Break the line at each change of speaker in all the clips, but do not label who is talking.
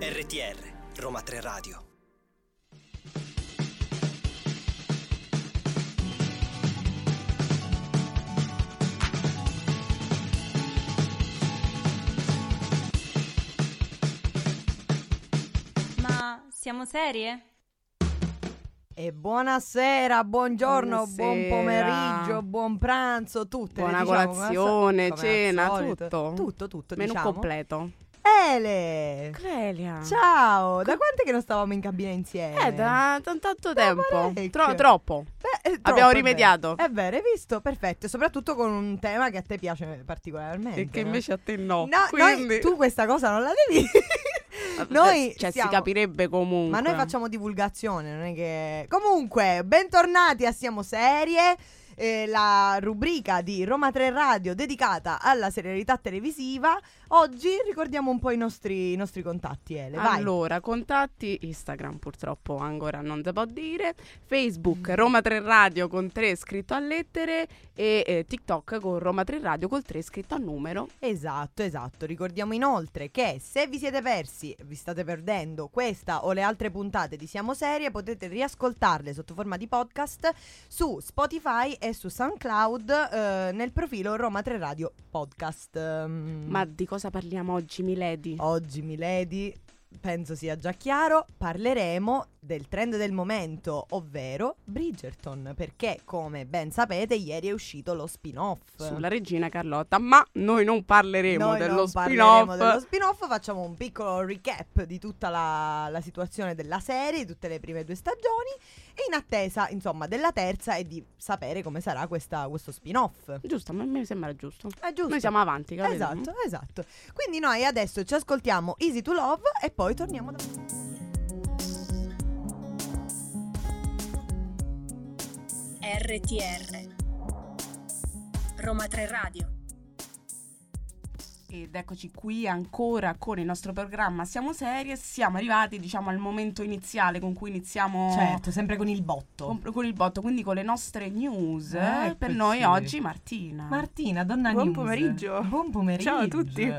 RTR, Roma 3 Radio.
Ma siamo serie?
E buonasera, buongiorno, buon
Buonasera.
pomeriggio, buon pranzo, tutte. le
Buona
diciamo, come al
colazione,
sol- come al
cena,
solito.
tutto.
Tutto, tutto,
Menu
diciamo.
completo.
Ele!
Clelia.
Ciao! Da quant'è che non stavamo in cabina insieme?
Eh, da tan- tanto
Da
tempo.
parecchio.
Tro- troppo.
Beh, eh, troppo,
Abbiamo
è
rimediato.
vero. È vero, hai visto? Perfetto. E soprattutto con un tema che a te piace particolarmente.
E che
no?
invece a te no.
eh. No,
quindi...
noi, tu questa cosa non la devi. noi
Cioè,
siamo-
si capirebbe comunque.
Ma noi facciamo divulgazione, non è che. Comunque, bentornati a Siamo Serie. eh, la rubrica di Roma 3 Radio dedicata alla serialità televisiva. Oggi ricordiamo un po' i nostri, i nostri contatti, Ele. Vai.
Allora, contatti Instagram purtroppo ancora non si può dire, Facebook Roma 3 Radio con 3 scritto a lettere e eh, TikTok con Roma 3 Radio col 3 scritto a numero.
Esatto, esatto. Ricordiamo inoltre che se vi siete persi, vi state perdendo questa o le altre puntate di Siamo Serie, potete riascoltarle sotto forma di podcast su Spotify e su SoundCloud eh, nel profilo Roma 3 Radio Podcast. Mm.
Ma di cosa parliamo oggi, Milady?
Oggi, Milady, penso sia già chiaro, parleremo del trend del momento, ovvero Bridgerton, perché come ben sapete ieri è uscito lo spin-off.
Sulla regina Carlotta, ma noi non parleremo
Noi
dello
non
spin-off.
parleremo dello spin-off, facciamo un piccolo recap di tutta la, la situazione della serie, di tutte le prime due stagioni e in attesa, insomma, della terza e di sapere come sarà questa- questo spin-off.
Giusto, ma mi sembra giusto.
È giusto.
Noi siamo avanti, capito?
Esatto, esatto. Quindi noi adesso ci ascoltiamo Easy to Love e poi torniamo da
RTR Roma 3 Radio
Ed eccoci qui ancora con il nostro programma Siamo serie, siamo arrivati diciamo al momento iniziale con cui iniziamo
Certo, sempre con il botto.
con, con il botto, quindi con le nostre news.
Eh,
per
sì.
noi oggi Martina.
Martina, donna
Buon
News.
pomeriggio.
Buon pomeriggio.
Ciao a tutti.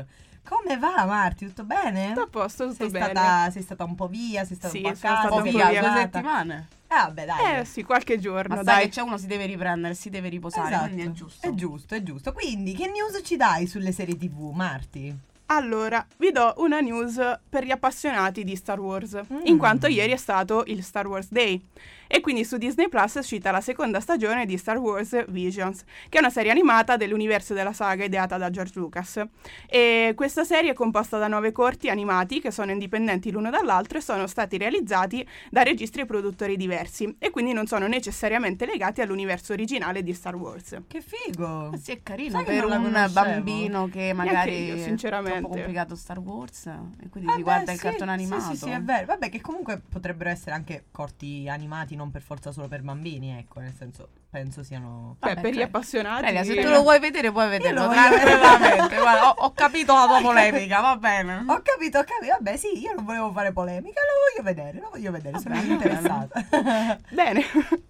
Come va Marti? Tutto bene?
Tutto a posto, tutto
sei
bene.
Stata, sei stata un po' via, sei stata
Sì,
un po' a
sono
casa,
stata
po'
un
sei
po' via.
via, due
riposata.
settimane.
Eh, vabbè, dai.
Eh sì, qualche giorno,
Ma sai
dai.
che c'è uno si deve riprendere, si deve riposare,
Esatto.
quindi è giusto.
È giusto, è giusto. Quindi, che news ci dai sulle serie TV, Marti?
Allora, vi do una news per gli appassionati di Star Wars,
Mm.
in quanto ieri è stato il Star Wars Day. E quindi su Disney Plus è uscita la seconda stagione di Star Wars Visions, che è una serie animata dell'universo della saga ideata da George Lucas. E questa serie è composta da nove corti animati che sono indipendenti l'uno dall'altro e sono stati realizzati da registri e produttori diversi, e quindi non sono necessariamente legati all'universo originale di Star Wars.
Che figo!
Ma Sì, è carino
Sai che
per
non la
un
conoscevo?
bambino che magari
io,
è
sinceramente.
troppo complicato Star Wars e quindi
Eh
si guarda
beh,
il
sì,
cartone animato.
Sì, sì, sì, è vero. Vabbè, che comunque potrebbero essere anche corti animati, non per forza solo per bambini, ecco, nel senso, penso siano...
Beh,
Vabbè,
per gli
cioè,
appassionati...
Aurelia, se tu lo vuoi vedere, puoi
lo
vederlo
voglio vedere.
tranquillamente. Guarda, ho, ho capito la tua polemica, va bene.
Mm-hmm.
Ho capito, ho capito. Vabbè, sì, io non volevo fare polemica, lo voglio vedere, lo voglio vedere, sono
Vabbè,
anche interessata.
Bene.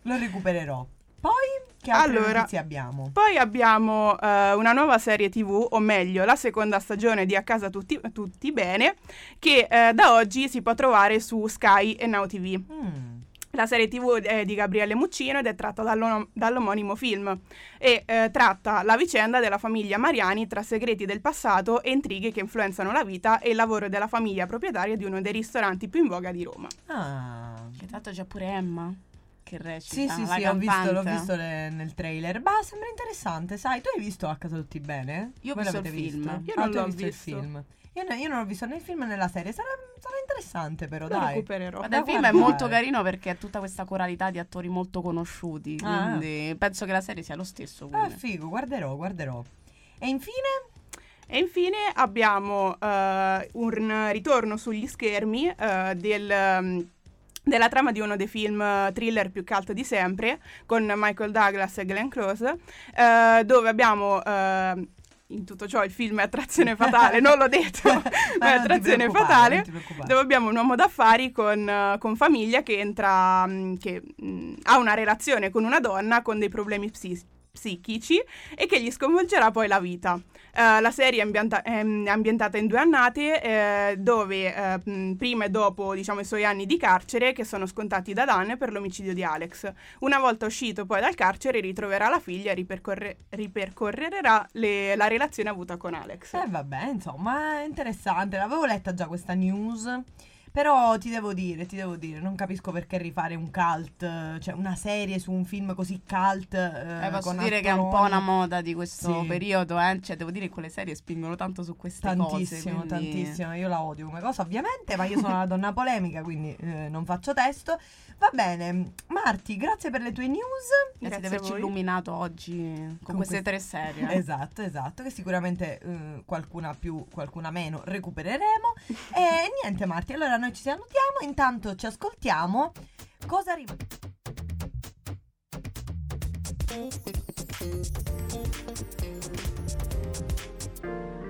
lo recupererò. Poi, che altre
Allora,
notizie abbiamo?
Poi abbiamo eh, una nuova serie TV, o meglio, la seconda stagione di A casa tutti, tutti bene, che eh, da oggi si può trovare su Sky e Now TV.
Mm.
La serie TV è di Gabriele Muccino ed è tratta dall'ono- dall'omonimo film e eh, tratta la vicenda della famiglia Mariani tra segreti del passato e intrighe che influenzano la vita e il lavoro della famiglia proprietaria di uno dei ristoranti più in voga di Roma.
Ah.
Che tanto Oh. c'è pure Emma che recita.
Ah,
Sì, sì,
la
sì, ho visto, l'ho
cantante.
visto le- nel trailer. Bah, sembra interessante, sai. Tu hai visto A casa tutti bene?
Io ho
Voi
visto
l'avete
il film.
visto?
Io
Ah,
non
tu hai
l'ho
visto il
visto.
film. Io, no- io non ho visto né il film né la serie. Sarà, sarà interessante, però,
Lo
dai.
recupererò.
Guarda, il
Da
film è
guardare.
molto carino perché è tutta questa coralità di attori molto conosciuti.
Ah.
Quindi penso che la serie sia lo stesso.
Ah,
quindi.
figo, guarderò, guarderò. E infine,
E infine abbiamo eh, un ritorno sugli schermi eh, del, mm, della trama di uno dei film eh, thriller più cult di sempre, con Michael Douglas e Glenn Close, eh, dove abbiamo... eh, in tutto ciò il film è Attrazione Fatale, non l'ho detto,
Ma
ma, è
non ti
Attrazione
preoccupare,
Fatale,
non ti preoccupare.
dove abbiamo un uomo d'affari con, eh, con famiglia che entra, mm, che mm, ha una relazione con una donna con dei problemi psi- psichici e che gli sconvolgerà poi la vita. Eh, la serie è, ambienta- è ambientata in due annate eh, dove eh, mh, prima e dopo diciamo, i suoi anni di carcere che sono scontati da Dan per l'omicidio di Alex. Una volta uscito poi dal carcere ritroverà la figlia e ripercorre- ripercorrerà le- la relazione avuta con Alex.
Eh vabbè, insomma, è interessante. L'avevo letta già questa news. Però ti devo dire, ti devo dire, non capisco perché rifare un cult, cioè una serie su un film così cult. Eh,
Eh, posso
con
dire che è un po'
attoroni.
una moda di questo
Sì.
periodo, eh? Cioè, devo dire che quelle serie spingono tanto su queste
Tantissimo,
cose. quindi-
eh,
tantissimo. Io la odio come cosa, ovviamente, ma io sono una donna polemica, quindi eh, non faccio testo. Va bene, Marti, grazie per le tue
Grazie,
news.
Grazie
di
a
averci
voi.
illuminato oggi con,
Con
queste
quest-
tre serie.
Esatto, esatto, che sicuramente eh, qualcuna più, qualcuna meno recupereremo. e niente, Marti, allora noi ci salutiamo, intanto ci ascoltiamo. Cosa arriva?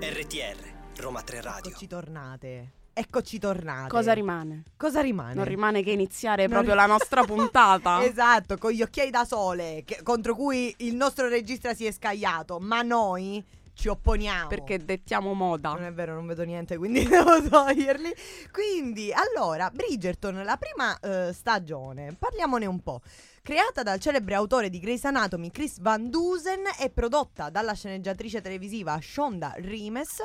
RTR, Roma 3 Radio.
Eccoci tornate. Eccoci tornate.
Cosa rimane?
Cosa rimane?
Non rimane che iniziare
Non
proprio
ri-
la nostra puntata.
esatto, con gli occhiali da sole che- contro cui il nostro regista si è scagliato, ma noi ci opponiamo.
Perché dettiamo moda.
Non è vero, non vedo niente, quindi devo toglierli. Quindi, allora, Bridgerton, la prima eh, stagione, parliamone un po'. Creata dal celebre autore di Grey's Anatomy Chris Van Dusen e prodotta dalla sceneggiatrice televisiva Shonda Rhimes.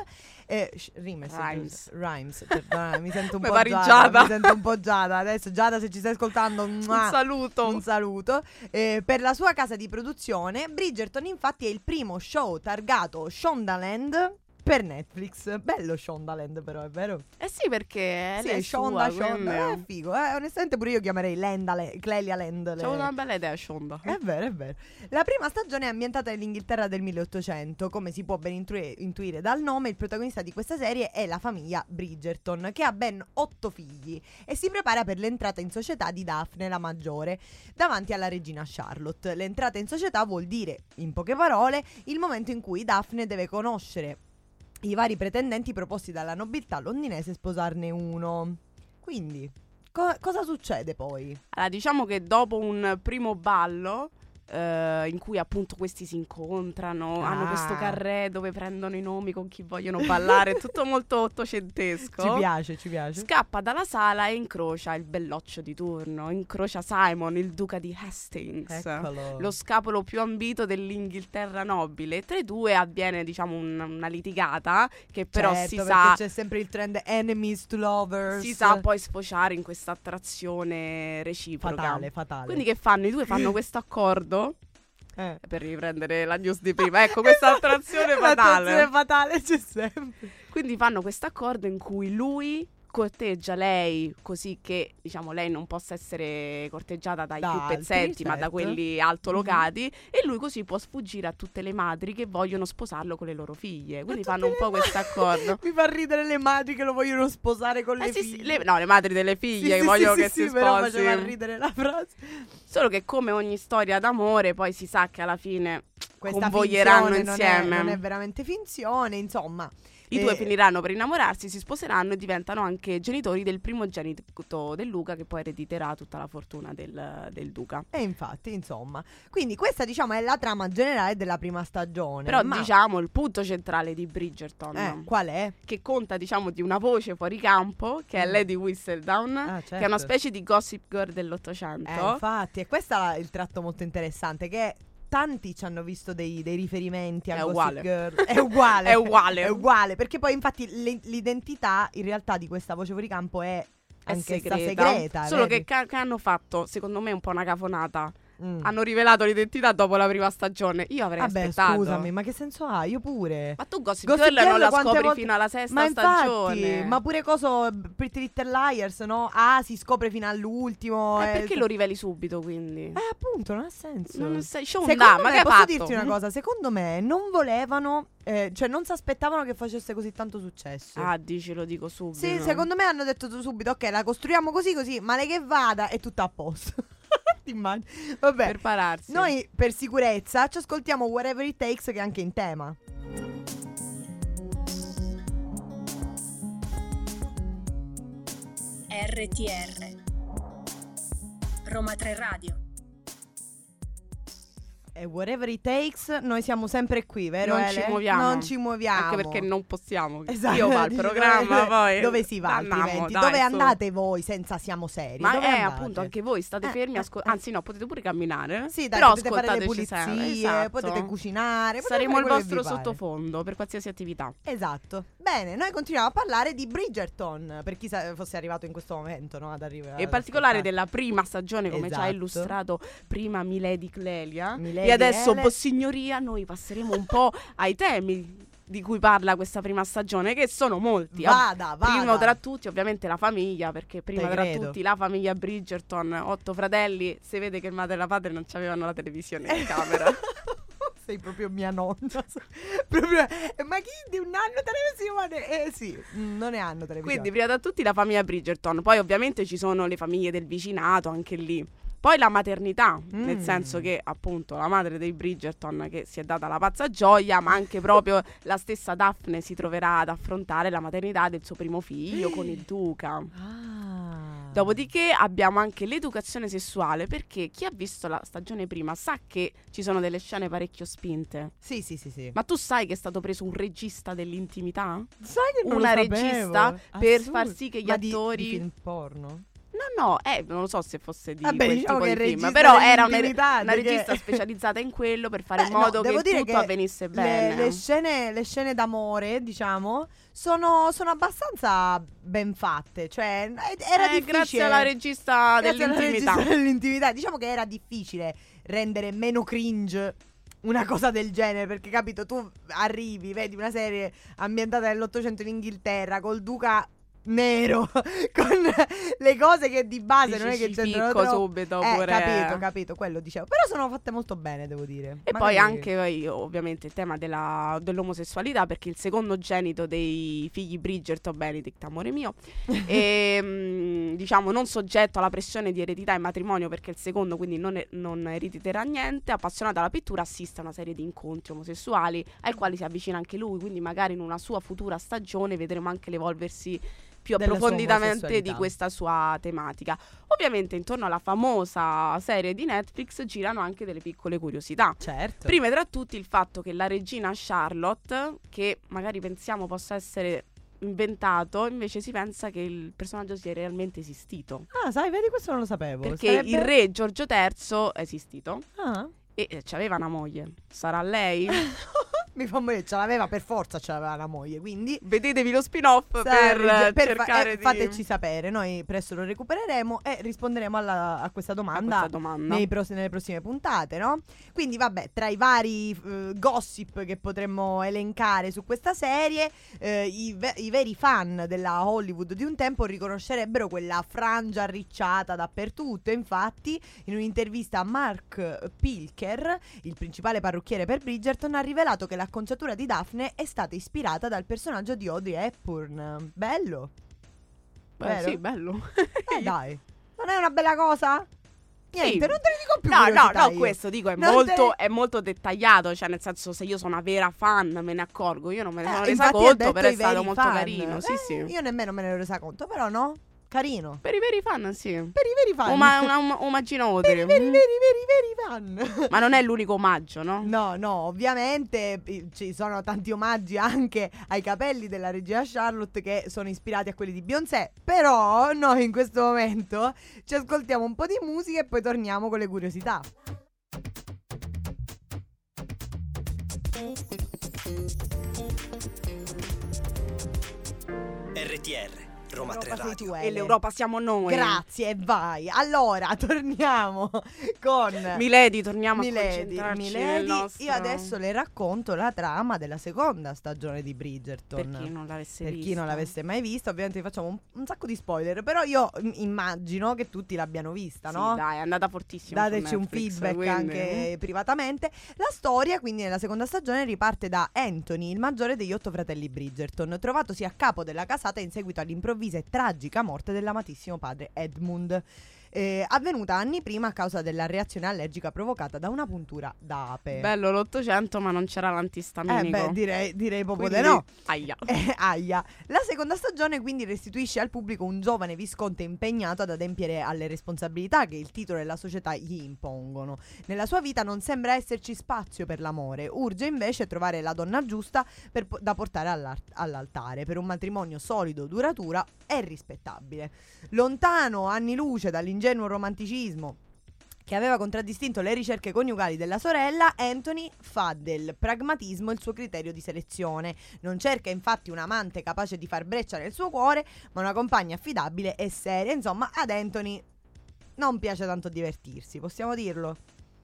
eh, sh- Rhimes,
Rhimes.
giusto? Rhimes, perdonami, mi sento un
Mi
po'
pare
giada,
Giada.
mi sento un po' giada. Adesso Giada se ci stai ascoltando,
Un
mua,
saluto.
un saluto. Eh, per la sua casa di produzione, Bridgerton infatti è il primo show targato Shondaland per Netflix. Bello Shondaland però, è vero?
Eh sì, perché è
sì,
lei
è Shonda,
sua, quindi-
Shonda. Eh, figo. Eh, onestamente pure io chiamerei Lendale, Clelia Land. le-
C'è avuto una bella idea, Shonda.
è vero, è vero. La prima stagione è ambientata nell'Inghilterra del 1800. Come si può ben intru- intuire dal nome, il protagonista di questa serie è la famiglia Bridgerton, che ha ben otto figli e si prepara per l'entrata in società di Daphne la maggiore, davanti alla regina Charlotte. L'entrata in società vuol dire, in poche parole, il momento in cui Daphne deve conoscere i vari pretendenti proposti dalla nobiltà londinese e sposarne uno. Quindi, co- cosa succede poi?
Allora, diciamo che dopo un primo ballo. eh, in cui appunto questi si incontrano, hanno
Ah.
questo carré dove prendono i nomi con chi vogliono ballare, è tutto molto ottocentesco.
Ci piace, ci piace.
Scappa dalla sala e incrocia il belloccio di turno, incrocia Simon, il duca di Hastings.
Eccolo.
Lo scapolo più ambito dell'Inghilterra nobile. Tra i due avviene, diciamo, un- una litigata che però
Certo,
si
perché
sa
c'è sempre il trend enemies to lovers.
si sa poi sfociare in questa attrazione reciproca.
fatale, fatale.
Quindi che fanno? I due fanno questo accordo
Eh.
per riprendere la news di prima. Ecco, questa
Esatto,
attrazione
L'attrazione
fatale.
fatale c'è sempre.
Quindi fanno questo accordo in cui lui corteggia lei così che diciamo lei non possa essere corteggiata dai
Da
più
altri,
pezzenti ma da
certo. Mm-hmm.
quelli altolocati e lui così può sfuggire a tutte le madri che vogliono sposarlo con le loro figlie quindi fanno un po' questo accordo
Mi fa ridere le madri che lo vogliono sposare con le
Eh sì, sì,
figlie.
le- no le madri delle
Sì,
figlie che
sì,
vogliono
sì,
che
sì,
si
sì, però
sposi
faceva ridere la frase.
Solo che come ogni storia d'amore, poi si sa che alla fine
Questa
Convoglieranno
finzione non è-
insieme.
Non è, veramente finzione, insomma.
i
Eh,
due finiranno per innamorarsi, si sposeranno e diventano anche genitori del primogenito del Luca, che poi erediterà tutta la fortuna del, del Duca.
E eh, infatti, insomma. Quindi questa, diciamo, è la trama generale della prima stagione.
Però
ma-
diciamo il punto centrale di Bridgerton,
eh, qual è?
che conta diciamo di una voce fuori campo, che è
Mm.
Lady Whistledown,
Ah,
che è una
certo.
specie di gossip girl
Eh,
dell'Ottocento.
infatti, e questo è il tratto molto interessante che tanti ci hanno visto dei, dei riferimenti a
È
Gossip
uguale.
Girl. È uguale.
È uguale.
È uguale, perché poi infatti le- l'identità in realtà di questa voce fuori campo è
È
anche sta
segreta.
segreta,
Solo
vedi?
che, ca- che hanno fatto, secondo me, un po' una cafonata.
Mm.
hanno rivelato l'identità dopo la prima stagione. Io avrei
Vabbè,
aspettato.
scusami, ma che senso ha? Io pure.
Ma tu Gossip,
Gossip
Girl non
Girl
la
quante
scopri
volte-
fino alla sesta
Ma infatti,
stagione.
ma pure coso Pretty Little Liars, no? Ah, si scopre fino all'ultimo.
Eh,
eh,
perché
tu-
lo riveli subito, quindi?
Eh, appunto, non ha senso.
Non sei Shonda,
Secondo
ma
me,
che hai
posso
fatto?
dirti una cosa, secondo me non volevano, eh, cioè non si aspettavano che facesse così tanto successo.
Ah, dici, lo dico subito.
sì, secondo me hanno detto tu- subito, ok, la costruiamo così così, male che vada, è tutta a posto. Ti immagini? Vabbè,
Per pararsi.
noi per sicurezza ci ascoltiamo Whatever It Takes che è anche in tema.
RTR Roma 3 Radio
E whatever it takes, noi siamo sempre qui, vero?
Non
Ele?
ci muoviamo.
Non ci muoviamo.
Anche perché non possiamo.
Esatto.
Io va al
Dici,
programma,
dove-
poi.
Dove si va
Andiamo,
altrimenti?
dai,
Dove
su.
andate voi senza siamo seri?
Ma
Dove
eh,
andate?
appunto anche voi state
Eh,
fermi,
eh,
asco-
eh.
anzi no, potete pure camminare.
Sì, dai,
però
potete fare le
ascoltateci
pulizie, eh,
sempre, esatto.
potete cucinare. potete
Saremo
fare
il
quello che vi
vostro
pare.
sottofondo per qualsiasi attività.
Esatto. Bene, noi continuiamo a parlare di Bridgerton, per chi sa- fosse arrivato in questo momento, no, ad arrivare.
E in particolare della prima stagione, come ci ha
Eh, Esatto.
illustrato prima Milady Clelia.
Milady
e adesso,
Ele-
Vossignoria, noi passeremo un po' ai temi di cui parla questa prima stagione, che sono molti. Ah,
Vada, vada.
Primo tra tutti, ovviamente, la famiglia, perché prima
Te
tra
credo.
tutti la famiglia Bridgerton, otto fratelli. Si vede che madre e la padre non avevano la televisione in camera.
Sei proprio mia nonna. Proprio- eh, Ma chi di un anno televisione? Eh sì, mm, non ne hanno televisione.
Quindi, prima da tutti, la famiglia Bridgerton. Poi, ovviamente, ci sono le famiglie del vicinato anche lì. Poi la maternità,
Mm.
nel senso che appunto la madre dei Bridgerton che si è data la pazza gioia, ma anche proprio la stessa Daphne si troverà ad affrontare la maternità del suo primo figlio con il duca.
Ah.
Dopodiché abbiamo anche l'educazione sessuale, perché chi ha visto la stagione prima sa che ci sono delle scene parecchio spinte.
Sì, sì, sì, sì.
Ma tu sai che è stato preso un regista dell'intimità?
sai che non
una
lo sapevo?
regista per
Assurdo.
far sì che gli
Ma di-
attori-
di film porno?
No, no, eh, non lo so se fosse di
Vabbè,
quel
diciamo
tipo
che
di
il
film,
regista
però era una,
dell'intimità,
una
perché-
regista specializzata in quello per fare in
Beh, no,
modo
devo
che
dire
tutto avvenisse
le-
bene.
Le, scene, le scene d'amore, diciamo, sono, sono abbastanza ben fatte. Cioè, ed- era
Eh,
difficile.
grazie alla regista
grazie alla
dell'intimità.
regista dell'intimità. Diciamo che era difficile rendere meno cringe una cosa del genere. Perché, capito, tu arrivi, vedi una serie ambientata nell'Ottocento in Inghilterra col duca nero, con le cose che di base non è
Dici,
che
ci
c'entrano
picco
troppo.
subito
Eh,
oppure-
capito, capito, quello dicevo. Però sono fatte molto bene, devo dire.
E
Magari-
poi anche eh, ovviamente il tema della- dell'omosessualità perché il secondo genito dei figli Bridgerton Benedict, amore mio, è mm, diciamo non soggetto alla pressione di eredità e matrimonio perché il secondo quindi non, e- non erediterà niente, appassionato alla pittura assiste a una serie di incontri omosessuali ai quali si avvicina anche lui, quindi magari in una sua futura stagione vedremo anche l'evolversi più
Della sua
approfonditamente di
omosessualità.
questa sua tematica. Ovviamente intorno alla famosa serie di Netflix girano anche delle piccole curiosità.
Certo.
Prima tra tutti il fatto che la regina Charlotte, che magari pensiamo possa essere inventato, invece si pensa che il personaggio sia realmente esistito.
Ah, sai, vedi, questo non lo sapevo.
Perché
Boh, Sarebbe-
il re Giorgio III è esistito
Ah.
e eh, c'aveva una moglie. Sarà lei?
Mi fa morire, ce l'aveva per forza, ce l'aveva la moglie, quindi...
Vedetevi lo spin-off per, eh,
Sarà- per fa-
cercare
eh,
di
Fateci sapere, noi presto lo recupereremo e risponderemo alla- a questa
a
domanda.
questa domanda.
nei pros- nelle prossime puntate, no? Quindi, vabbè, tra i vari eh, gossip che potremmo elencare su questa serie, eh, i, ve- i veri fan della Hollywood di un tempo riconoscerebbero quella frangia arricciata dappertutto. Infatti, in un'intervista a Mark Pilker, il principale parrucchiere per Bridgerton, ha rivelato che l'acconciatura di Daphne è stata ispirata dal personaggio di Audrey Hepburn. Bello!
Beh,
vero?
sì, bello.
Eh, dai, non è una bella cosa? Niente, non te ne dico più
No, no,
curiosità
no,
io.
questo dico è
Non
molto,
te-
è molto dettagliato. Cioè, nel senso, se io sono una vera fan, me ne accorgo. Io non me ne
Eh,
sono
infatti
resa
ha
conto,
detto
però è
i
stato
veri
molto
fan.
carino. Sì,
Eh,
sì.
Io nemmeno me ne ero resa conto, però no, carino.
Per i veri fan, sì.
Per i veri fan.
Uma, una, um- omaggino
per i
Audrey.
veri, veri, veri, veri fan.
Ma non è l'unico omaggio, no?
No, no, ovviamente eh, ci sono tanti omaggi anche ai capelli della regina Charlotte che sono ispirati a quelli di Beyoncé, però noi in questo momento ci ascoltiamo un po' di musica e poi torniamo con le curiosità.
RTR, Roma 3
L'Europa sei
Radio.
tu,
E
Ele.
l'Europa siamo noi.
Grazie, e vai. Allora, torniamo con
Milady, torniamo a
Milady,
concentrarci
Milady,
nel nostro...
io adesso le racconto la trama della seconda stagione di Bridgerton.
Per chi non l'avesse
Per
visto.
chi non l'avesse mai vista, ovviamente vi facciamo un, un sacco di spoiler, però io mm, immagino che tutti l'abbiano vista,
Sì,
no?
dai, è andata fortissimo su
Dateci un
Netflix,
feedback
quindi- eh.
anche privatamente. La storia, quindi, nella seconda stagione riparte da Anthony, il maggiore degli otto fratelli Bridgerton, trovatosi a capo della casata in seguito all'improvvisa e tragica morte dell'amatissimo padre Edmund. eh, avvenuta anni prima a causa della reazione allergica provocata da una puntura da ape.
Bello l'Ottocento, ma non c'era
eh
l'antistaminico.
beh, direi, direi proprio di
Quindi-
no.
Aia.
Eh, aia. La seconda stagione quindi restituisce al pubblico un giovane visconte impegnato ad adempiere alle responsabilità che il titolo e la società gli impongono. Nella sua vita non sembra esserci spazio per l'amore, urge invece trovare la donna giusta per po- da portare all'ar- all'altare per un matrimonio solido, duratura e rispettabile. Lontano anni luce dall'ingenuo romanticismo che aveva contraddistinto le ricerche coniugali della sorella, Anthony fa del pragmatismo il suo criterio di selezione non cerca infatti un amante capace di far breccia nel suo cuore, ma una compagna affidabile e seria. Insomma, ad Anthony non piace tanto divertirsi, possiamo dirlo.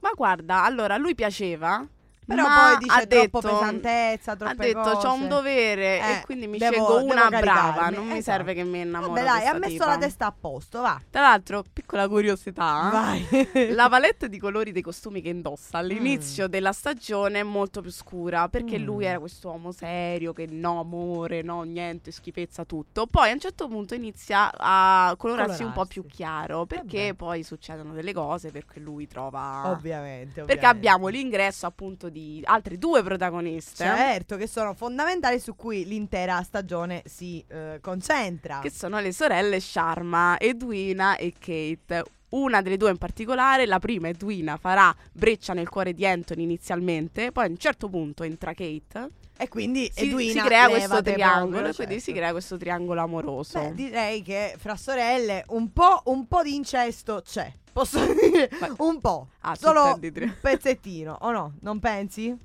Ma guarda, allora lui piaceva.
Però
ma
poi dice
ha detto,
troppo pesantezza, troppe
Ha detto
cose.
c'ho un dovere
Eh,
e quindi mi
devo-
scelgo
devo
una
caricarmi.
brava. Non mi
Esatto.
serve che mi innamoro.
Vabbè, dai,
questa
ha messo
tipa.
la testa a posto, va.
Tra l'altro, piccola curiosità.
Vai.
Ah? La palette di colori dei costumi che indossa all'inizio della stagione è molto più scura perché
Mm.
lui era questo uomo serio che no amore, no niente, schifezza tutto. Poi a un certo punto inizia a colorarsi, un po'
Colorarsi.
più chiaro perché
Vabbè.
poi succedono delle cose per cui lui trova...
ovviamente,
Perché
ovviamente.
abbiamo eh? l'ingresso appunto di altre due protagoniste.
Certo, che sono fondamentali su cui l'intera stagione si eh, concentra.
Che sono le sorelle Sharma, Edwina e Kate. Una delle due in particolare, la prima Edwina farà breccia nel cuore di Anthony inizialmente, poi a un certo punto entra Kate.
e quindi
Si,
Edwina
si crea questo
levate
triangolo,
proprio,
e quindi si
certo.
crea questo triangolo amoroso.
Beh, direi che fra sorelle un po', un po' di incesto c'è. Posso dire
Ma-
un po',
Ah, tu
solo
intendi tre.
un pezzettino, o no? Non pensi?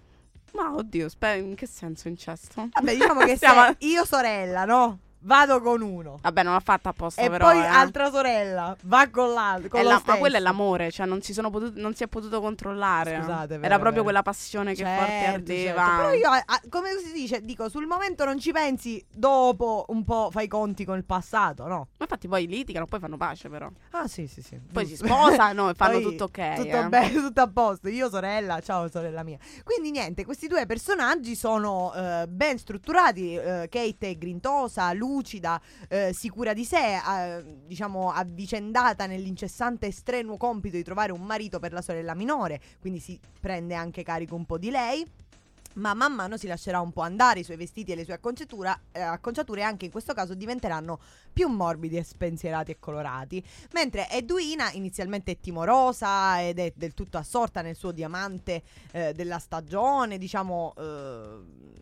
Ma oddio, spe- in che senso incesto?
Vabbè, diciamo che se
Stiamo-
io sorella, no? Vado con uno.
Vabbè, non l'ha fatta apposta
E
però.
poi
eh.
altra sorella va con l'altro. Con
È
lo
la- ma
stesso.
quello è l'amore, cioè non si, sono potuti- non si è potuto controllare.
Scusate, vero,
Era proprio
vero.
quella passione che
Certo,
forte ardeva.
certo. Però io, ah, come si dice, dico sul momento non ci pensi, dopo un po' fai i conti con il passato, no?
Ma infatti poi litigano, poi fanno pace però.
Ah, sì, sì, sì.
Poi si
giusto.
sposano e fanno
Poi
tutto ok.
Tutto
eh.
bene, tutto a posto. Io sorella, ciao sorella mia. Quindi niente, questi due personaggi sono eh, ben strutturati. eh, Kate è grintosa, lucida, eh, sicura di sé, eh, diciamo avvicendata nell'incessante e strenuo compito di trovare un marito per la sorella minore, quindi si prende anche carico un po' di lei. Ma man mano si lascerà un po' andare, i suoi vestiti e le sue acconciatura- eh, acconciature anche in questo caso diventeranno più morbidi e spensierati e colorati. Mentre Edwina inizialmente è timorosa ed è del tutto assorta nel suo diamante eh, della stagione, diciamo eh,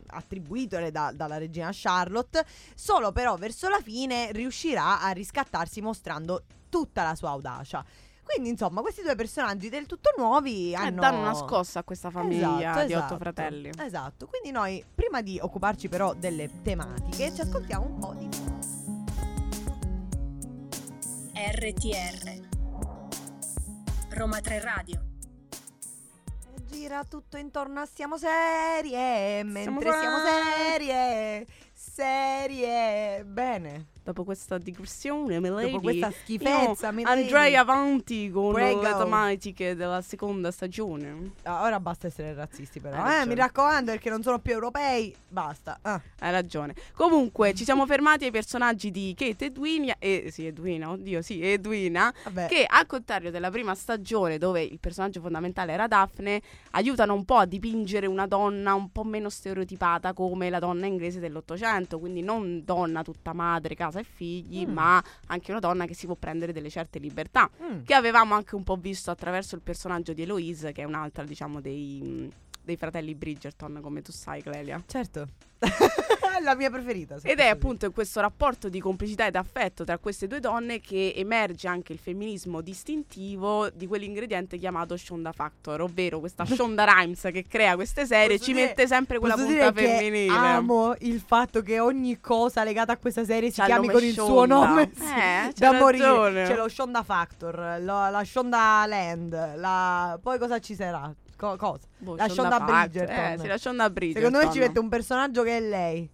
attribuitole da- dalla regina Charlotte, solo però verso la fine riuscirà a riscattarsi mostrando tutta la sua audacia. Quindi insomma questi due personaggi del tutto nuovi
Eh,
hanno...
danno una scossa a questa famiglia
Ah, Esatto,
di
esatto,
otto fratelli.
Esatto, quindi noi prima di occuparci però delle tematiche ci ascoltiamo un po' di...
RTR Roma 3 Radio
Gira tutto intorno a siamo serie, mentre
Siamo
siamo
serie.
serie, serie. Bene,
Dopo questa digressione, Milady,
dopo questa schifezza, mi vedi?
andrei avanti con
Prego.
le tematiche della seconda stagione.
Ah, ora basta essere razzisti
Hai
però. Eh,
ragione.
mi raccomando perché non sono più europei, basta. Ah,
Hai ragione. Comunque, ci siamo fermati ai personaggi di Kate Edwina. E sì, Edwina, oddio, sì, Edwina.
vabbè.
Che al contrario della prima stagione, dove il personaggio fondamentale era Daphne, aiutano un po' a dipingere una donna un po' meno stereotipata come la donna inglese dell'Ottocento, quindi non donna tutta madre, casa e figli,
Mm.
ma anche una donna che si può prendere delle certe libertà,
Mm.
che avevamo anche un po' visto attraverso il personaggio di Eloise, che è un'altra, diciamo, dei, dei fratelli Bridgerton, come tu sai, Clelia.
Certo. È la mia preferita. se
Ed è
posso
appunto in questo rapporto di complicità ed affetto tra queste due donne che emerge anche il femminismo distintivo di quell'ingrediente chiamato Shonda Factor, ovvero questa Shonda Rhimes che crea queste serie e
Posso
ci
dire-
mette
dire.
sempre quella
Posso
punta
dire che
femminile.
amo il fatto che ogni cosa legata a questa serie si
C'ha il
chiami
nome
con il suo
Shonda.
nome.
Eh,
sì,
c'hai
da morire.
ragione.
C'è lo Shonda Factor, lo- la Shonda Land, la... poi cosa ci sarà? Co- cosa?
Boh,
la Shonda
Factor,
Bridgerton.
Eh, sì, la Shonda Bridgerton.
Secondo me ci mette un personaggio che è lei.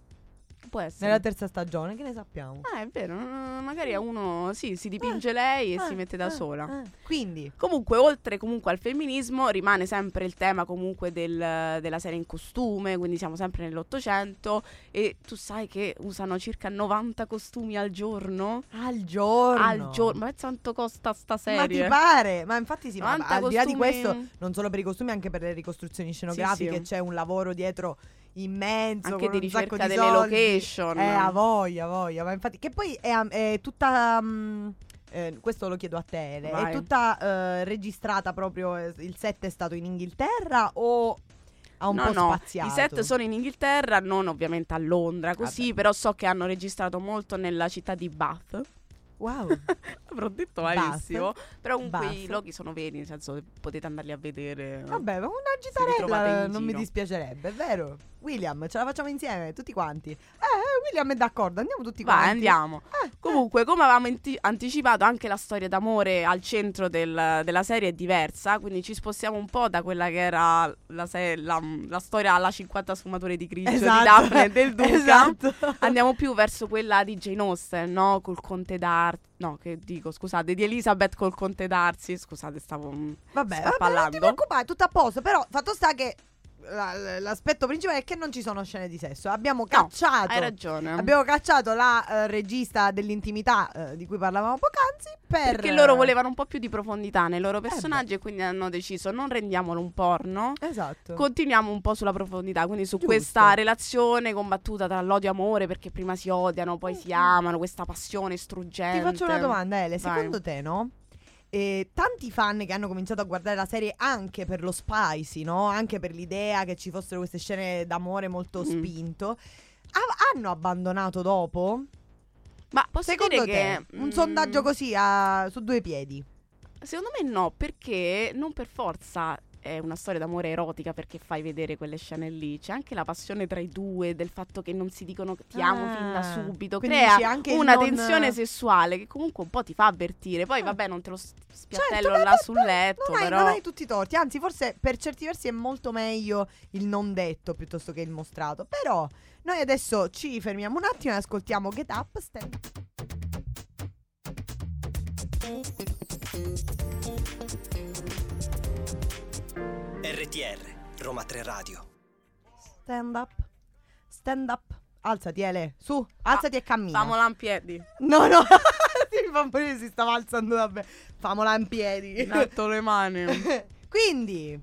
Può essere.
Nella Mm. terza stagione, che ne sappiamo?
Ah, è vero, non- magari a uno sì, si dipinge lei e
Ah,
si mette da
ah,
sola.
ah. Quindi,
Comunque, oltre comunque al femminismo, rimane sempre il tema comunque del- della serie in costume, quindi siamo sempre nell'Ottocento e tu sai che usano circa 90 costumi al giorno?
al giorno.
Al giorno, ma pensa quanto costa sta
Ma ti
serie?
pare? Ma infatti sì, ma
90
al di là di
costumi-
questo, non solo per i costumi, anche per le ricostruzioni scenografiche,
sì.
c'è un lavoro dietro immenso,
Anche
con
di
un sacco
ricerca
di
delle
soldi.
location.
Eh, a voglia, a voglia, ma infatti che poi è, am- è tutta mm, eh, questo lo chiedo a te, Ele, è
Vai.
tutta eh, registrata proprio eh, il set è stato in Inghilterra o ha un
no,
po'
no,
spaziato?
I set sono in Inghilterra, non ovviamente a Londra, così, però so che hanno registrato molto nella città di Bath.
Wow.
Avrò detto
Bath.
malissimo. Però comunque i
Bath.
loghi sono veri, nel senso potete andarli a vedere.
Vabbè, ma una
ritrovate
gitarella
in
non mi
giro.
dispiacerebbe, è vero? William, ce la facciamo insieme, tutti quanti. Eh, eh, William è d'accordo, andiamo tutti
Vai,
quanti.
andiamo.
Eh, eh.
Comunque, come avevamo anti- anticipato, anche la storia d'amore al centro del- della serie è diversa, quindi ci spostiamo un po' da quella che era la, se- la- la storia alla 50 sfumature di grigio di Daphne e del Duca.
Esatto.
Andiamo più verso quella di Jane Austen, no? Col conte d'Arsi. No, che dico, scusate, di Elizabeth col conte d'Arsi. Scusate, stavo. mm,
Vabbè, vabbè, non
Scappallando.
ti preoccupare, tutto a posto. Però fatto sta che la- l'aspetto principale è che non ci sono scene di sesso. Abbiamo cacciato.
Hai ragione.
Abbiamo cacciato la eh, regista dell'intimità eh, di cui parlavamo poc'anzi per... Eh
Perché loro volevano un po' più di profondità nei loro personaggi e quindi hanno deciso non rendiamolo un porno.
Esatto.
Continuiamo un po' sulla profondità, quindi su
Giusto.
questa relazione combattuta tra l'odio e amore, perché prima si odiano, poi si amano, questa passione struggente.
Ti faccio una domanda, Ele.
Vai.
Secondo te, no? Eh, tanti fan che hanno cominciato a guardare la serie anche per lo spicy, no? Anche per l'idea che ci fossero queste scene d'amore molto
Mm.
spinto. ha- hanno abbandonato dopo?
Ma posso
Secondo
dire
te?
che
un
mm,
sondaggio così a- su due piedi.
Secondo me no, perché non per forza è una storia d'amore erotica perché fai vedere quelle scene lì. C'è anche la passione tra i due, del fatto che non si dicono che ti amo
Ah,
fin da subito.
quindi
Crea
dici anche il
una
non- Ah.
tensione sessuale che comunque un po' ti fa avvertire. Poi vabbè, non te lo s- spiattello
Certo,
là
ma-
sul
ma-
letto,
non hai,
però...
non hai tutti i torti, anzi forse per certi versi è molto meglio il non detto piuttosto che il mostrato. Però noi adesso ci fermiamo un attimo e ascoltiamo Get Up, Stand
RTR Roma 3 Radio.
Stand up, stand up. Alzati, Ele, su, alzati
Ah,
e cammina.
Famola in piedi,
No, no, si, fa pure- si stava alzando, vabbè. Famola in piedi.
in alto le mani. Il
Quindi,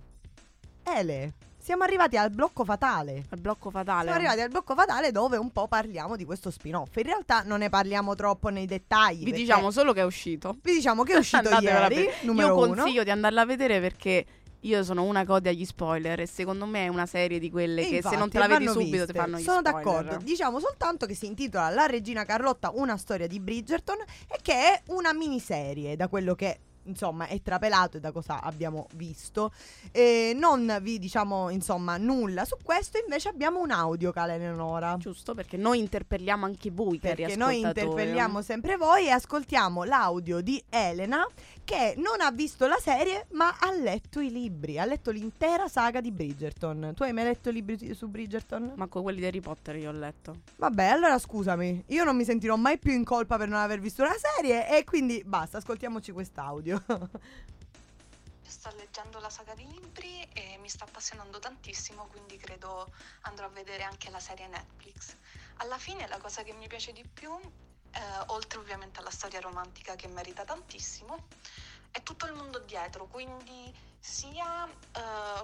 Ele, siamo arrivati al blocco fatale. oh.
blocco fatale.
Siamo arrivati al blocco fatale dove un po' parliamo di questo spin-off. In realtà non ne parliamo troppo nei dettagli.
Vi
perché
diciamo solo che è uscito.
vi diciamo che è uscito
Andatevela a
ieri,
vedere.
numero
Io
uno.
consiglio di andarla a vedere perché io sono una che odia gli spoiler e secondo me è una serie di quelle
E
che se non
infatti
te la vedi
vanno
subito
viste.
ti fanno gli
Sono
spoiler.
d'accordo. Diciamo soltanto che si intitola La regina Carlotta, una storia di Bridgerton e che è una miniserie da quello che insomma è trapelato e da cosa abbiamo visto e non vi diciamo insomma nulla su questo invece abbiamo un audio cara Eleonora
Giusto, perché noi interpelliamo anche voi,
perché
cari
noi
ascoltatori.
interpelliamo sempre voi e ascoltiamo l'audio di Elena che non ha visto la serie ma ha letto i libri ha letto l'intera saga di Bridgerton tu hai mai letto i libri su Bridgerton?
Ma con quelli di Harry Potter io ho letto.
Vabbè, allora scusami, io non mi sentirò mai più in colpa per non aver visto la serie e quindi basta, ascoltiamoci quest'audio. Ah,
Sto leggendo la saga di libri e mi sta appassionando tantissimo, quindi credo andrò a vedere anche la serie Netflix. Alla fine la cosa che mi piace di più, eh, oltre ovviamente alla storia romantica che merita tantissimo, è tutto il mondo dietro, quindi sia eh,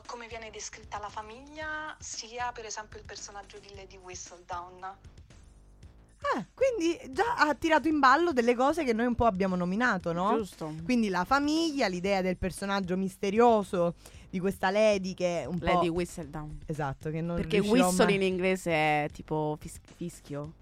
come viene descritta la famiglia, sia per esempio il personaggio di Lady Whistledown.
Ah, quindi già ha tirato in ballo delle cose che noi un po' abbiamo nominato, no?
Giusto.
Quindi la famiglia, l'idea del personaggio misterioso di questa Lady che è un po'...
Lady Whistledown.
Esatto, che non
Perché
riuscirò
whistle
mai-
in inglese è tipo fis- fischio.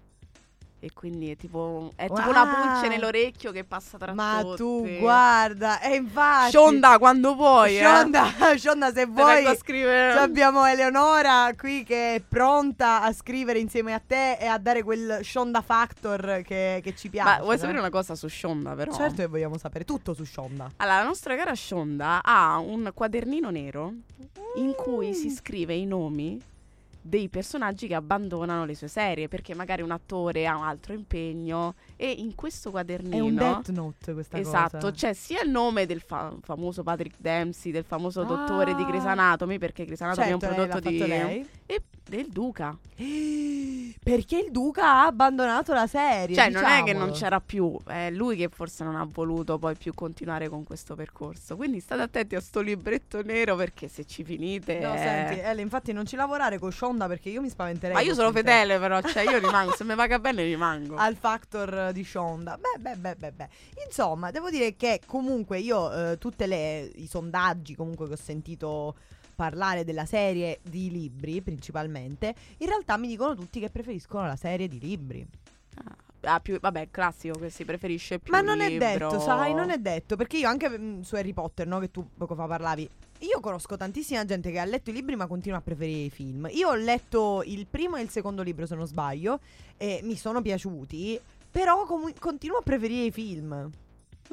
E quindi è tipo, è
Wow.
tipo una pulce nell'orecchio che passa tra
Ah! Ma
tutti.
tu guarda, e infatti...
Shonda quando vuoi, eh.
Shonda, Shonda, se
Te vengo
vuoi...
a scrivere.
Ci abbiamo Eleonora qui che è pronta a scrivere insieme a te e a dare quel Shonda Factor che, che ci piace.
Ma vuoi
no?
sapere una cosa su Shonda, però?
Certo che vogliamo sapere tutto su Shonda.
Allora, la nostra cara
Mm.
Shonda ha un quadernino nero in cui si scrive i nomi dei personaggi che abbandonano le sue serie perché magari un attore ha un altro impegno e in questo quadernino
È un Death Note questa
Esatto,
cosa.
c'è sia il nome del fa- famoso Patrick Dempsey, del famoso
Ah.
dottore di Grey's Anatomy, perché Grey's Anatomy
certo,
è un
lei l'ha
prodotto di...
fatto lei.
E del Duca.
Perché il duca ha abbandonato la serie?
Cioè, non è che
diciamolo.
non c'era più, è lui che forse non ha voluto poi più continuare con questo percorso. Quindi state attenti a sto libretto nero perché se ci finite...
No,
eh,
senti, Ele, infatti non ci lavorare con Shonda perché io mi spaventerei.
Ma io
con
sono
te.
fedele però, cioè io rimango, se mi paga bene rimango.
Al factor di Shonda. Beh, beh, beh, beh, beh. Insomma, devo dire che comunque io eh, tutti i sondaggi comunque che ho sentito parlare della serie di libri principalmente, in realtà mi dicono tutti che preferiscono la serie di libri.
Ah, più, vabbè, classico che si preferisce più
Ma non è
libro.
detto, sai, non è detto, perché io anche mm, su Harry Potter, no, che tu poco fa parlavi, io conosco tantissima gente che ha letto i libri ma continua a preferire i film. Io ho letto il primo e il secondo libro, se non sbaglio, e mi sono piaciuti, però comu- continuo a preferire i film.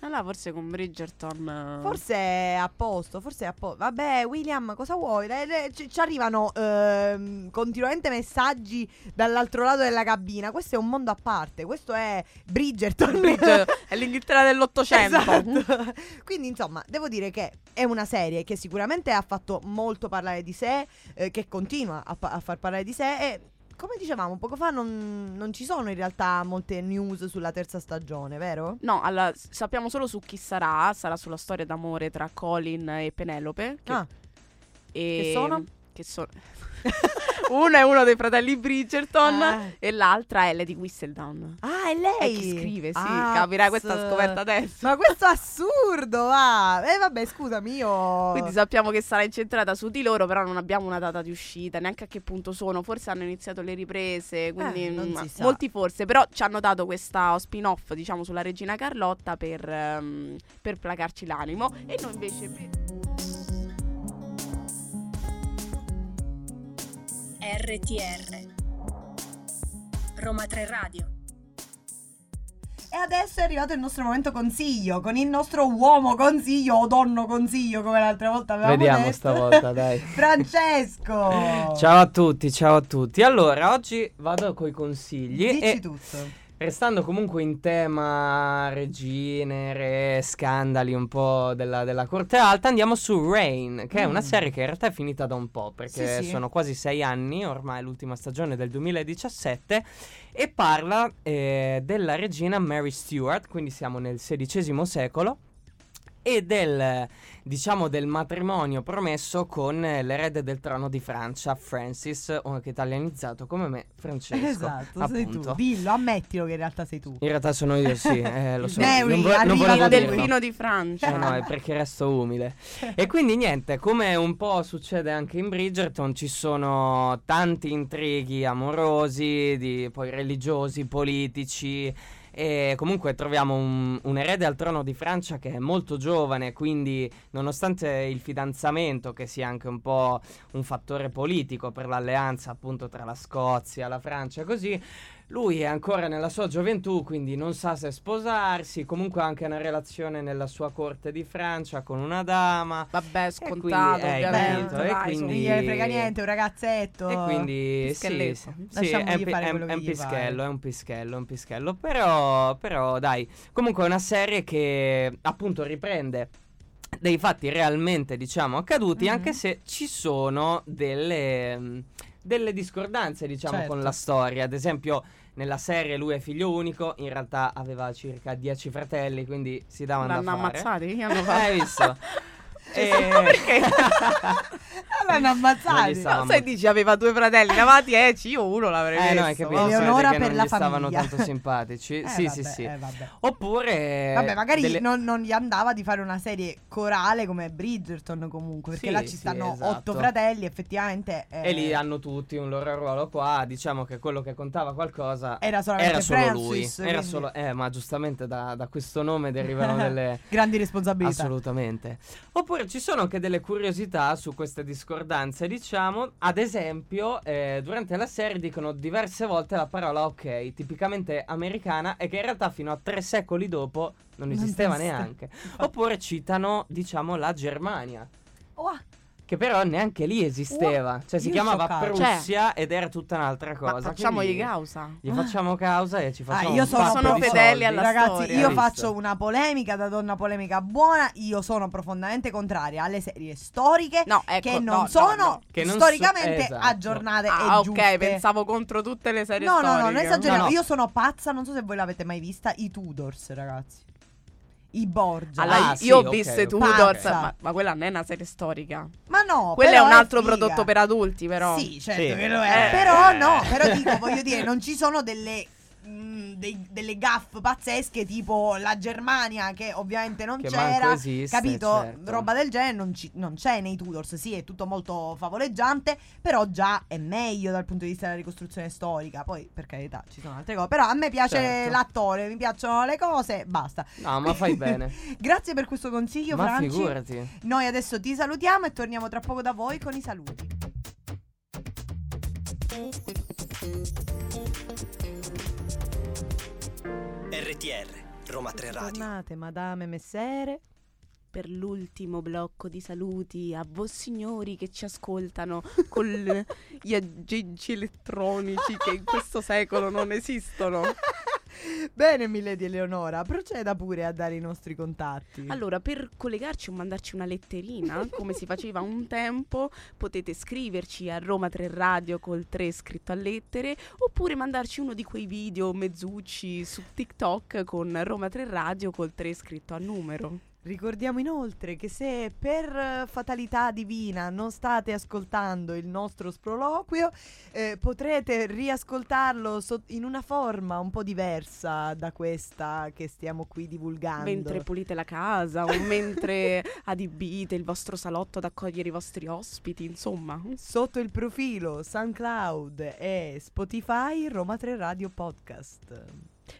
Allora Eh forse con Bridgerton... eh,
Forse è a posto, forse è a posto. Vabbè, William, cosa vuoi? Le- le- ci, ci arrivano ehm, continuamente messaggi dall'altro lato della cabina. Questo è un mondo a parte, questo è Bridgerton.
Cioè, è l'Inghilterra dell'Ottocento.
Esatto. Quindi, insomma, devo dire che è una serie che sicuramente ha fatto molto parlare di sé, eh, che continua a, pa- a far parlare di sé. E come dicevamo poco fa, non, non ci sono in realtà molte news sulla terza stagione, vero?
No, allora, s- sappiamo solo su chi sarà. Sarà sulla storia d'amore tra Colin e Penelope. Che,
Ah.
e-
Che sono?
Che sono... uno è uno dei fratelli Bridgerton
Ah.
e l'altra è Lady Whistledown.
Ah, è
E
lei!
chi scrive, sì,
Ah,
capirai questa
s-
scoperta adesso.
Ma questo è assurdo, va! E vabbè, scusami, io...
Quindi sappiamo che sarà incentrata su di loro, però non abbiamo una data di uscita, neanche a che punto sono. Forse hanno iniziato le riprese, quindi
Eh, non
mm,
si sa.
molti forse, però ci hanno dato questa spin-off, diciamo, sulla regina Carlotta per, ehm, per placarci l'animo. E noi invece... per-
RTR. Roma 3 Radio.
E adesso è arrivato il nostro momento consiglio, con il nostro uomo consiglio o donno consiglio, come l'altra volta avevamo
Vediamo
detto.
stavolta, dai.
Francesco!
Ciao a tutti, ciao a tutti. Allora, oggi vado coi consigli.
Dici
e
tutto.
Restando comunque in tema regine, re, scandali un po' della, della corte alta, andiamo su Rain, che è una
Mm.
serie che in realtà è finita da un po', perché
Sì, sì.
sono quasi sei anni, ormai è l'ultima stagione del 2017, e parla eh, della regina Mary Stuart, quindi siamo nel XVI secolo, e del, diciamo, del matrimonio promesso con eh, l'erede del trono di Francia, Francis, o- che è italianizzato come me, Francesco.
Esatto, sei tu.
appunto.
Dillo, ammettilo che in realtà sei tu.
In realtà sono io, sì, eh, lo so.
Mary,
non vo- non
arriva
volevo
da
Il
dirlo.
delfino di Francia.
No, no, è perché resto umile. E quindi niente, come un po' succede anche in Bridgerton, ci sono tanti intrighi amorosi, di- poi religiosi, politici. E comunque troviamo un, un erede al trono di Francia che è molto giovane, quindi nonostante il fidanzamento, che sia anche un po' un fattore politico per l'alleanza appunto tra la Scozia, la Francia e così, lui è ancora nella sua gioventù, quindi non sa se sposarsi, comunque ha anche una relazione nella sua corte di Francia con una dama.
Vabbè,
quindi,
scontato,
eh,
ovviamente.
capito, e
dai,
quindi-
Non gliene frega niente, un ragazzetto.
E quindi sì,
Pischelletto.
sì, sì,
Lasciamogli
è, un pi-
fare
è un-
quello che
è un
gli
pischello, è un pischello, è un pischello. Però, però dai, comunque è una serie che appunto riprende dei fatti realmente, diciamo, accaduti,
Mhm.
anche se ci sono delle, mh, delle discordanze, diciamo, con
Certo.
la storia. Ad esempio, nella serie lui è figlio unico, in realtà aveva circa 10 fratelli, quindi si davano
L'hanno
da fare. Eh,
ammazzati? Che hanno fatto?
Hai visto?
Cioè,
Cioè, Eh.
ma perché?
L'hanno
eh, Non gli
ammazzato.
sta-
No, sai, dici aveva due fratelli davanti, eh, ci- io uno l'avrei
Eh no, hai
messo.
capito,
Eleonora
sono dei che
per
non
la
gli stavano
famiglia.
tanto simpatici.
Eh,
sì, sì,
vabbè,
sì.
eh, vabbè.
Oppure
Vabbè, magari
delle-
non, non gli andava di fare una serie corale come Bridgerton comunque, perché
Sì,
là ci
sì,
stanno
esatto.
otto fratelli, effettivamente eh,
E lì hanno tutti un loro ruolo qua, diciamo che quello che contava qualcosa
era solamente
era solo lui.
Francis,
Era
quindi
solo eh, ma giustamente da, da questo nome derivano delle
grandi responsabilità.
Assolutamente. Oppure ci sono anche delle curiosità su queste discordanze, diciamo, ad esempio, eh, durante la serie dicono diverse volte la parola ok, tipicamente americana e che in realtà fino a tre secoli dopo non
Non
esisteva
esiste.
neanche. Oppure citano, diciamo, la Germania.
Oh, ah,
Che però neanche lì esisteva. Cioè, si
Io
chiamava
scioccata. Cioè,
Prussia ed era tutta un'altra cosa.
Ma facciamogli
quindi
causa.
Gli facciamo causa e ci facciamo
Ah, io
un
sono,
sacco
sono
di
fedeli
soldi.
alla
Ragazzi,
storia.
io
Hai
faccio
visto?
una polemica da donna polemica buona. Io sono profondamente contraria alle serie storiche
No, ecco,
che non
no, no,
sono
no.
Che non so-
storicamente
esatto.
aggiornate e
Ah,
giuste.
ok, pensavo contro tutte le serie
No, no,
storiche.
no, non esageriamo.
No, no.
Io sono pazza, non so se voi l'avete mai vista. I Tudors, ragazzi. I Borgia.
Allora,
Ah, sì,
io ho
ok,
visto
ok.
i Tudors,
Pazza.
ma, ma quella non è una serie storica.
Ma no,
Quello è
però
un altro
figa.
prodotto per adulti, però.
Sì, certo
Sì.
che lo è.
Eh.
Però no, però dico, voglio dire, non ci sono delle. mh, dei- delle gaffe pazzesche tipo la Germania che ovviamente non
Che manco
c'era
esiste,
capito
certo.
roba del genere non, ci- non c'è nei Tudors sì è tutto molto favoleggiante però già è meglio dal punto di vista della ricostruzione storica poi per carità ci sono altre cose però a me piace
Certo.
l'attore mi piacciono le cose basta
No, ma fai bene.
grazie per questo consiglio
ma
Franci
figurati.
noi adesso ti salutiamo e torniamo tra poco da voi con i saluti
RTR, Roma 3 Radio.
Tornate, madame, messere.
per l'ultimo blocco di saluti a voi signori che ci ascoltano con gli aggeggi elettronici che in questo secolo non esistono.
Bene, Milady Eleonora, proceda pure a dare i nostri contatti.
Allora, per collegarci o mandarci una letterina, come si faceva un tempo, potete scriverci a Roma 3 Radio col 3 scritto a lettere, oppure mandarci uno di quei video mezzucci su TikTok con Roma 3 Radio col 3 scritto a numero.
Ricordiamo inoltre che se per eh, fatalità divina non state ascoltando il nostro sproloquio, eh, potrete riascoltarlo so- in una forma un po' diversa da questa che stiamo qui divulgando.
Mentre pulite la casa o mentre adibite il vostro salotto ad accogliere i vostri ospiti, insomma.
Sotto il profilo SoundCloud e Spotify Roma 3 Radio Podcast.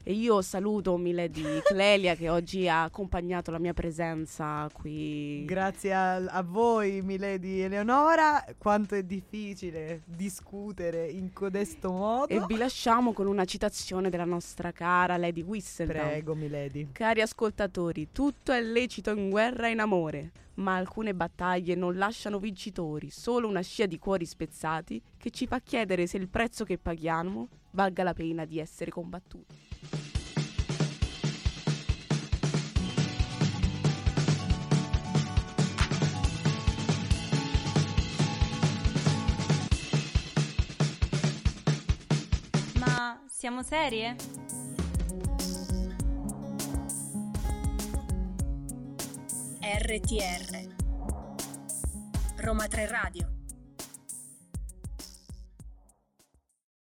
E io saluto Milady Clelia che oggi ha accompagnato la mia presenza qui.
Grazie al- a, voi, Milady Eleonora. Quanto è difficile discutere in codesto modo.
e vi lasciamo con una citazione della nostra cara Lady Whistledown.
Prego, Milady.
Cari ascoltatori, tutto è lecito in guerra e in amore, ma alcune battaglie non lasciano vincitori, solo una scia di cuori spezzati che ci fa chiedere se il prezzo che paghiamo valga la pena di essere combattuti.
Ma siamo serie?
RTR Roma 3 Radio